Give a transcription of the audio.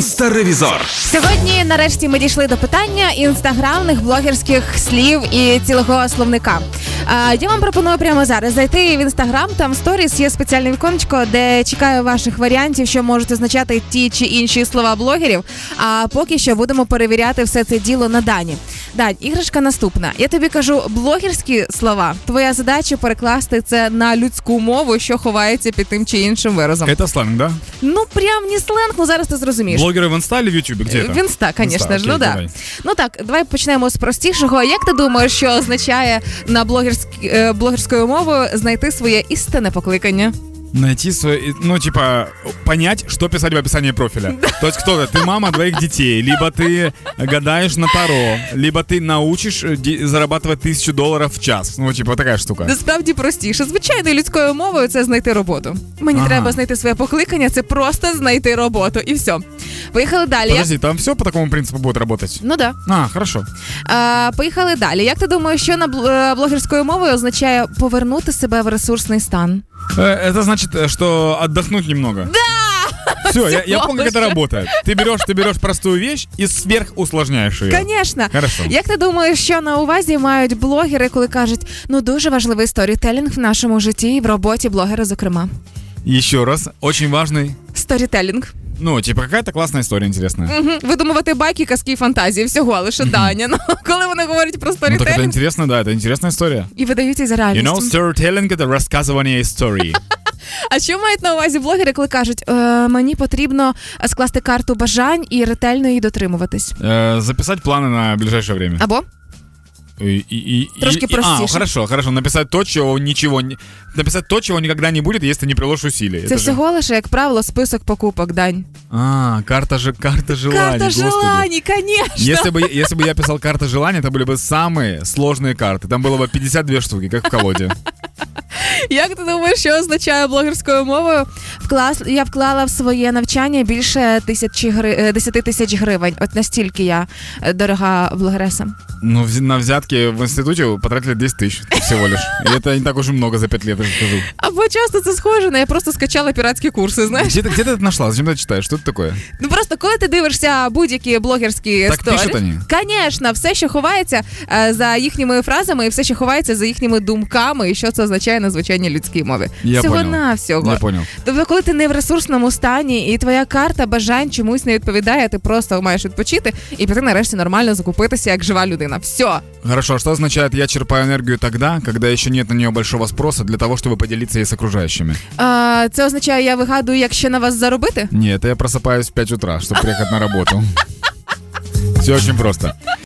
Інстаревізор. Сьогодні, нарешті, ми дійшли до питання інстаграмних блогерських слів і цілого словника. Е, Я вам пропоную прямо зараз зайти в інстаграм. Там в сторіс є спеціальне віконечко, де чекаю ваших варіантів, що можуть означати ті чи інші слова блогерів. А поки що будемо перевіряти все це діло на дані. Дань, іграшка наступна. Я тобі кажу блогерські слова. Твоя задача перекласти це на людську мову, що ховається під тим чи іншим виразом. Это сленг, да? Ну прям не сленг, ну зараз ти зрозумієш. Блогеры в инста или в ютубе? Где это? Э, В інста, звісно ж, окей, ну да. давай. Ну так, давай почнемо з простішого. Як ти думаєш, що означає на блогерськ... е, блогерською мовою знайти своє істинне покликання? Найти свое... Ну, типа, понять, что писать в описании профиля. То есть кто-то, ты мама двоих детей, либо ты гадаешь на Таро, либо ты научишь э, де- зарабатывать тысячу долларов в час. Ну, типа, такая штука. Насправді простіше. Звичайною людською мовою це знайти роботу. Мені Ага. треба знайти своє покликання, це просто знайти роботу і все. Поїхали далі. Як- Подожди, там все по такому принципу будет работать? Ну да. А, хорошо. А, поїхали далі. Як ти думаєш, що на бл- е, блогерською мовою означає повернути себе в ресурсний стан? Э, Это значит, э, что отдохнуть немного. Да! Все, я, я Всего помню, как это лишь. работает. Ты берешь, ты берешь простую вещь и сверхусложняешь ее. Звісно. Хорошо. Як ти думаєш, що на увазі мають блогери, коли кажуть, ну дуже важливий сторітелінг в нашому житті і в роботі блогера, зокрема. Еще раз, очень важный. Сторітелінг. Ну, типа, какая-то классная історія інтересна. Мгм. Видумувати байки, казки і фантазії всього лише Даня. Ну, коли вони говорять про Ну, так это сторітелінг интересно, да, это интересная история. і видають її за You реальністю. know, storytelling — это рассказывание истории. А що мають на увазі блогери, коли кажуть, «Е, мені потрібно скласти карту бажань і ретельно її дотримуватись? Э, Записать планы на ближайшее время. Або И- и- и- А Трошки и- простіше. А, хорошо, хорошо. Написать то, чего ничего... не- Написать то, чего никогда не будет, если ты не приложишь усилий. це Это же- всього лише, як правило, список покупок дань. А, карта же... Карта желаний, Карта господи. желаний, звісно. Если бы, если бы я писал карты желаний, это были бы самые сложные карты. Там было бы 52 штуки, как в колоде. Як ти думаєш, що означає блогерською мовою? Вклас я вклала в своє навчання більше тисячі гри... е, 10 тисяч гривень. От настільки я е, дорога блогереса. Ну, вз- на взятки в институте потратили 10 тысяч всего лишь. И это не так уж и много за 5 лет, я же скажу. Або часто це схоже на я просто скачала піратські курси. Знаєш, Где ты, где ты это нашла? Зачем ты это читаешь? Что это такое? ну просто коли ти дивишся будь-які блогерські Так сторі, пишуть вони? Звісно, все, що ховається е, за їхніми фразами, і все, що ховається за їхніми думками, і що це означає на звичайній людській мові. Я всього понял. на всього. Я понял. Тобто, коли ти не в ресурсному стані, і твоя карта бажань чомусь не відповідає, ти просто маєш відпочити і піти нарешті нормально закупитися як жива людина. Все, Хорошо, а что означает «я черпаю энергию тогда, когда еще нет на нее большого спроса для того, чтобы поделиться ей с окружающими»? а, це означає, я вигадую, як ще на вас заробити. Нет, я просыпаюсь в 5 утра, чтобы приехать на работу. Все очень просто.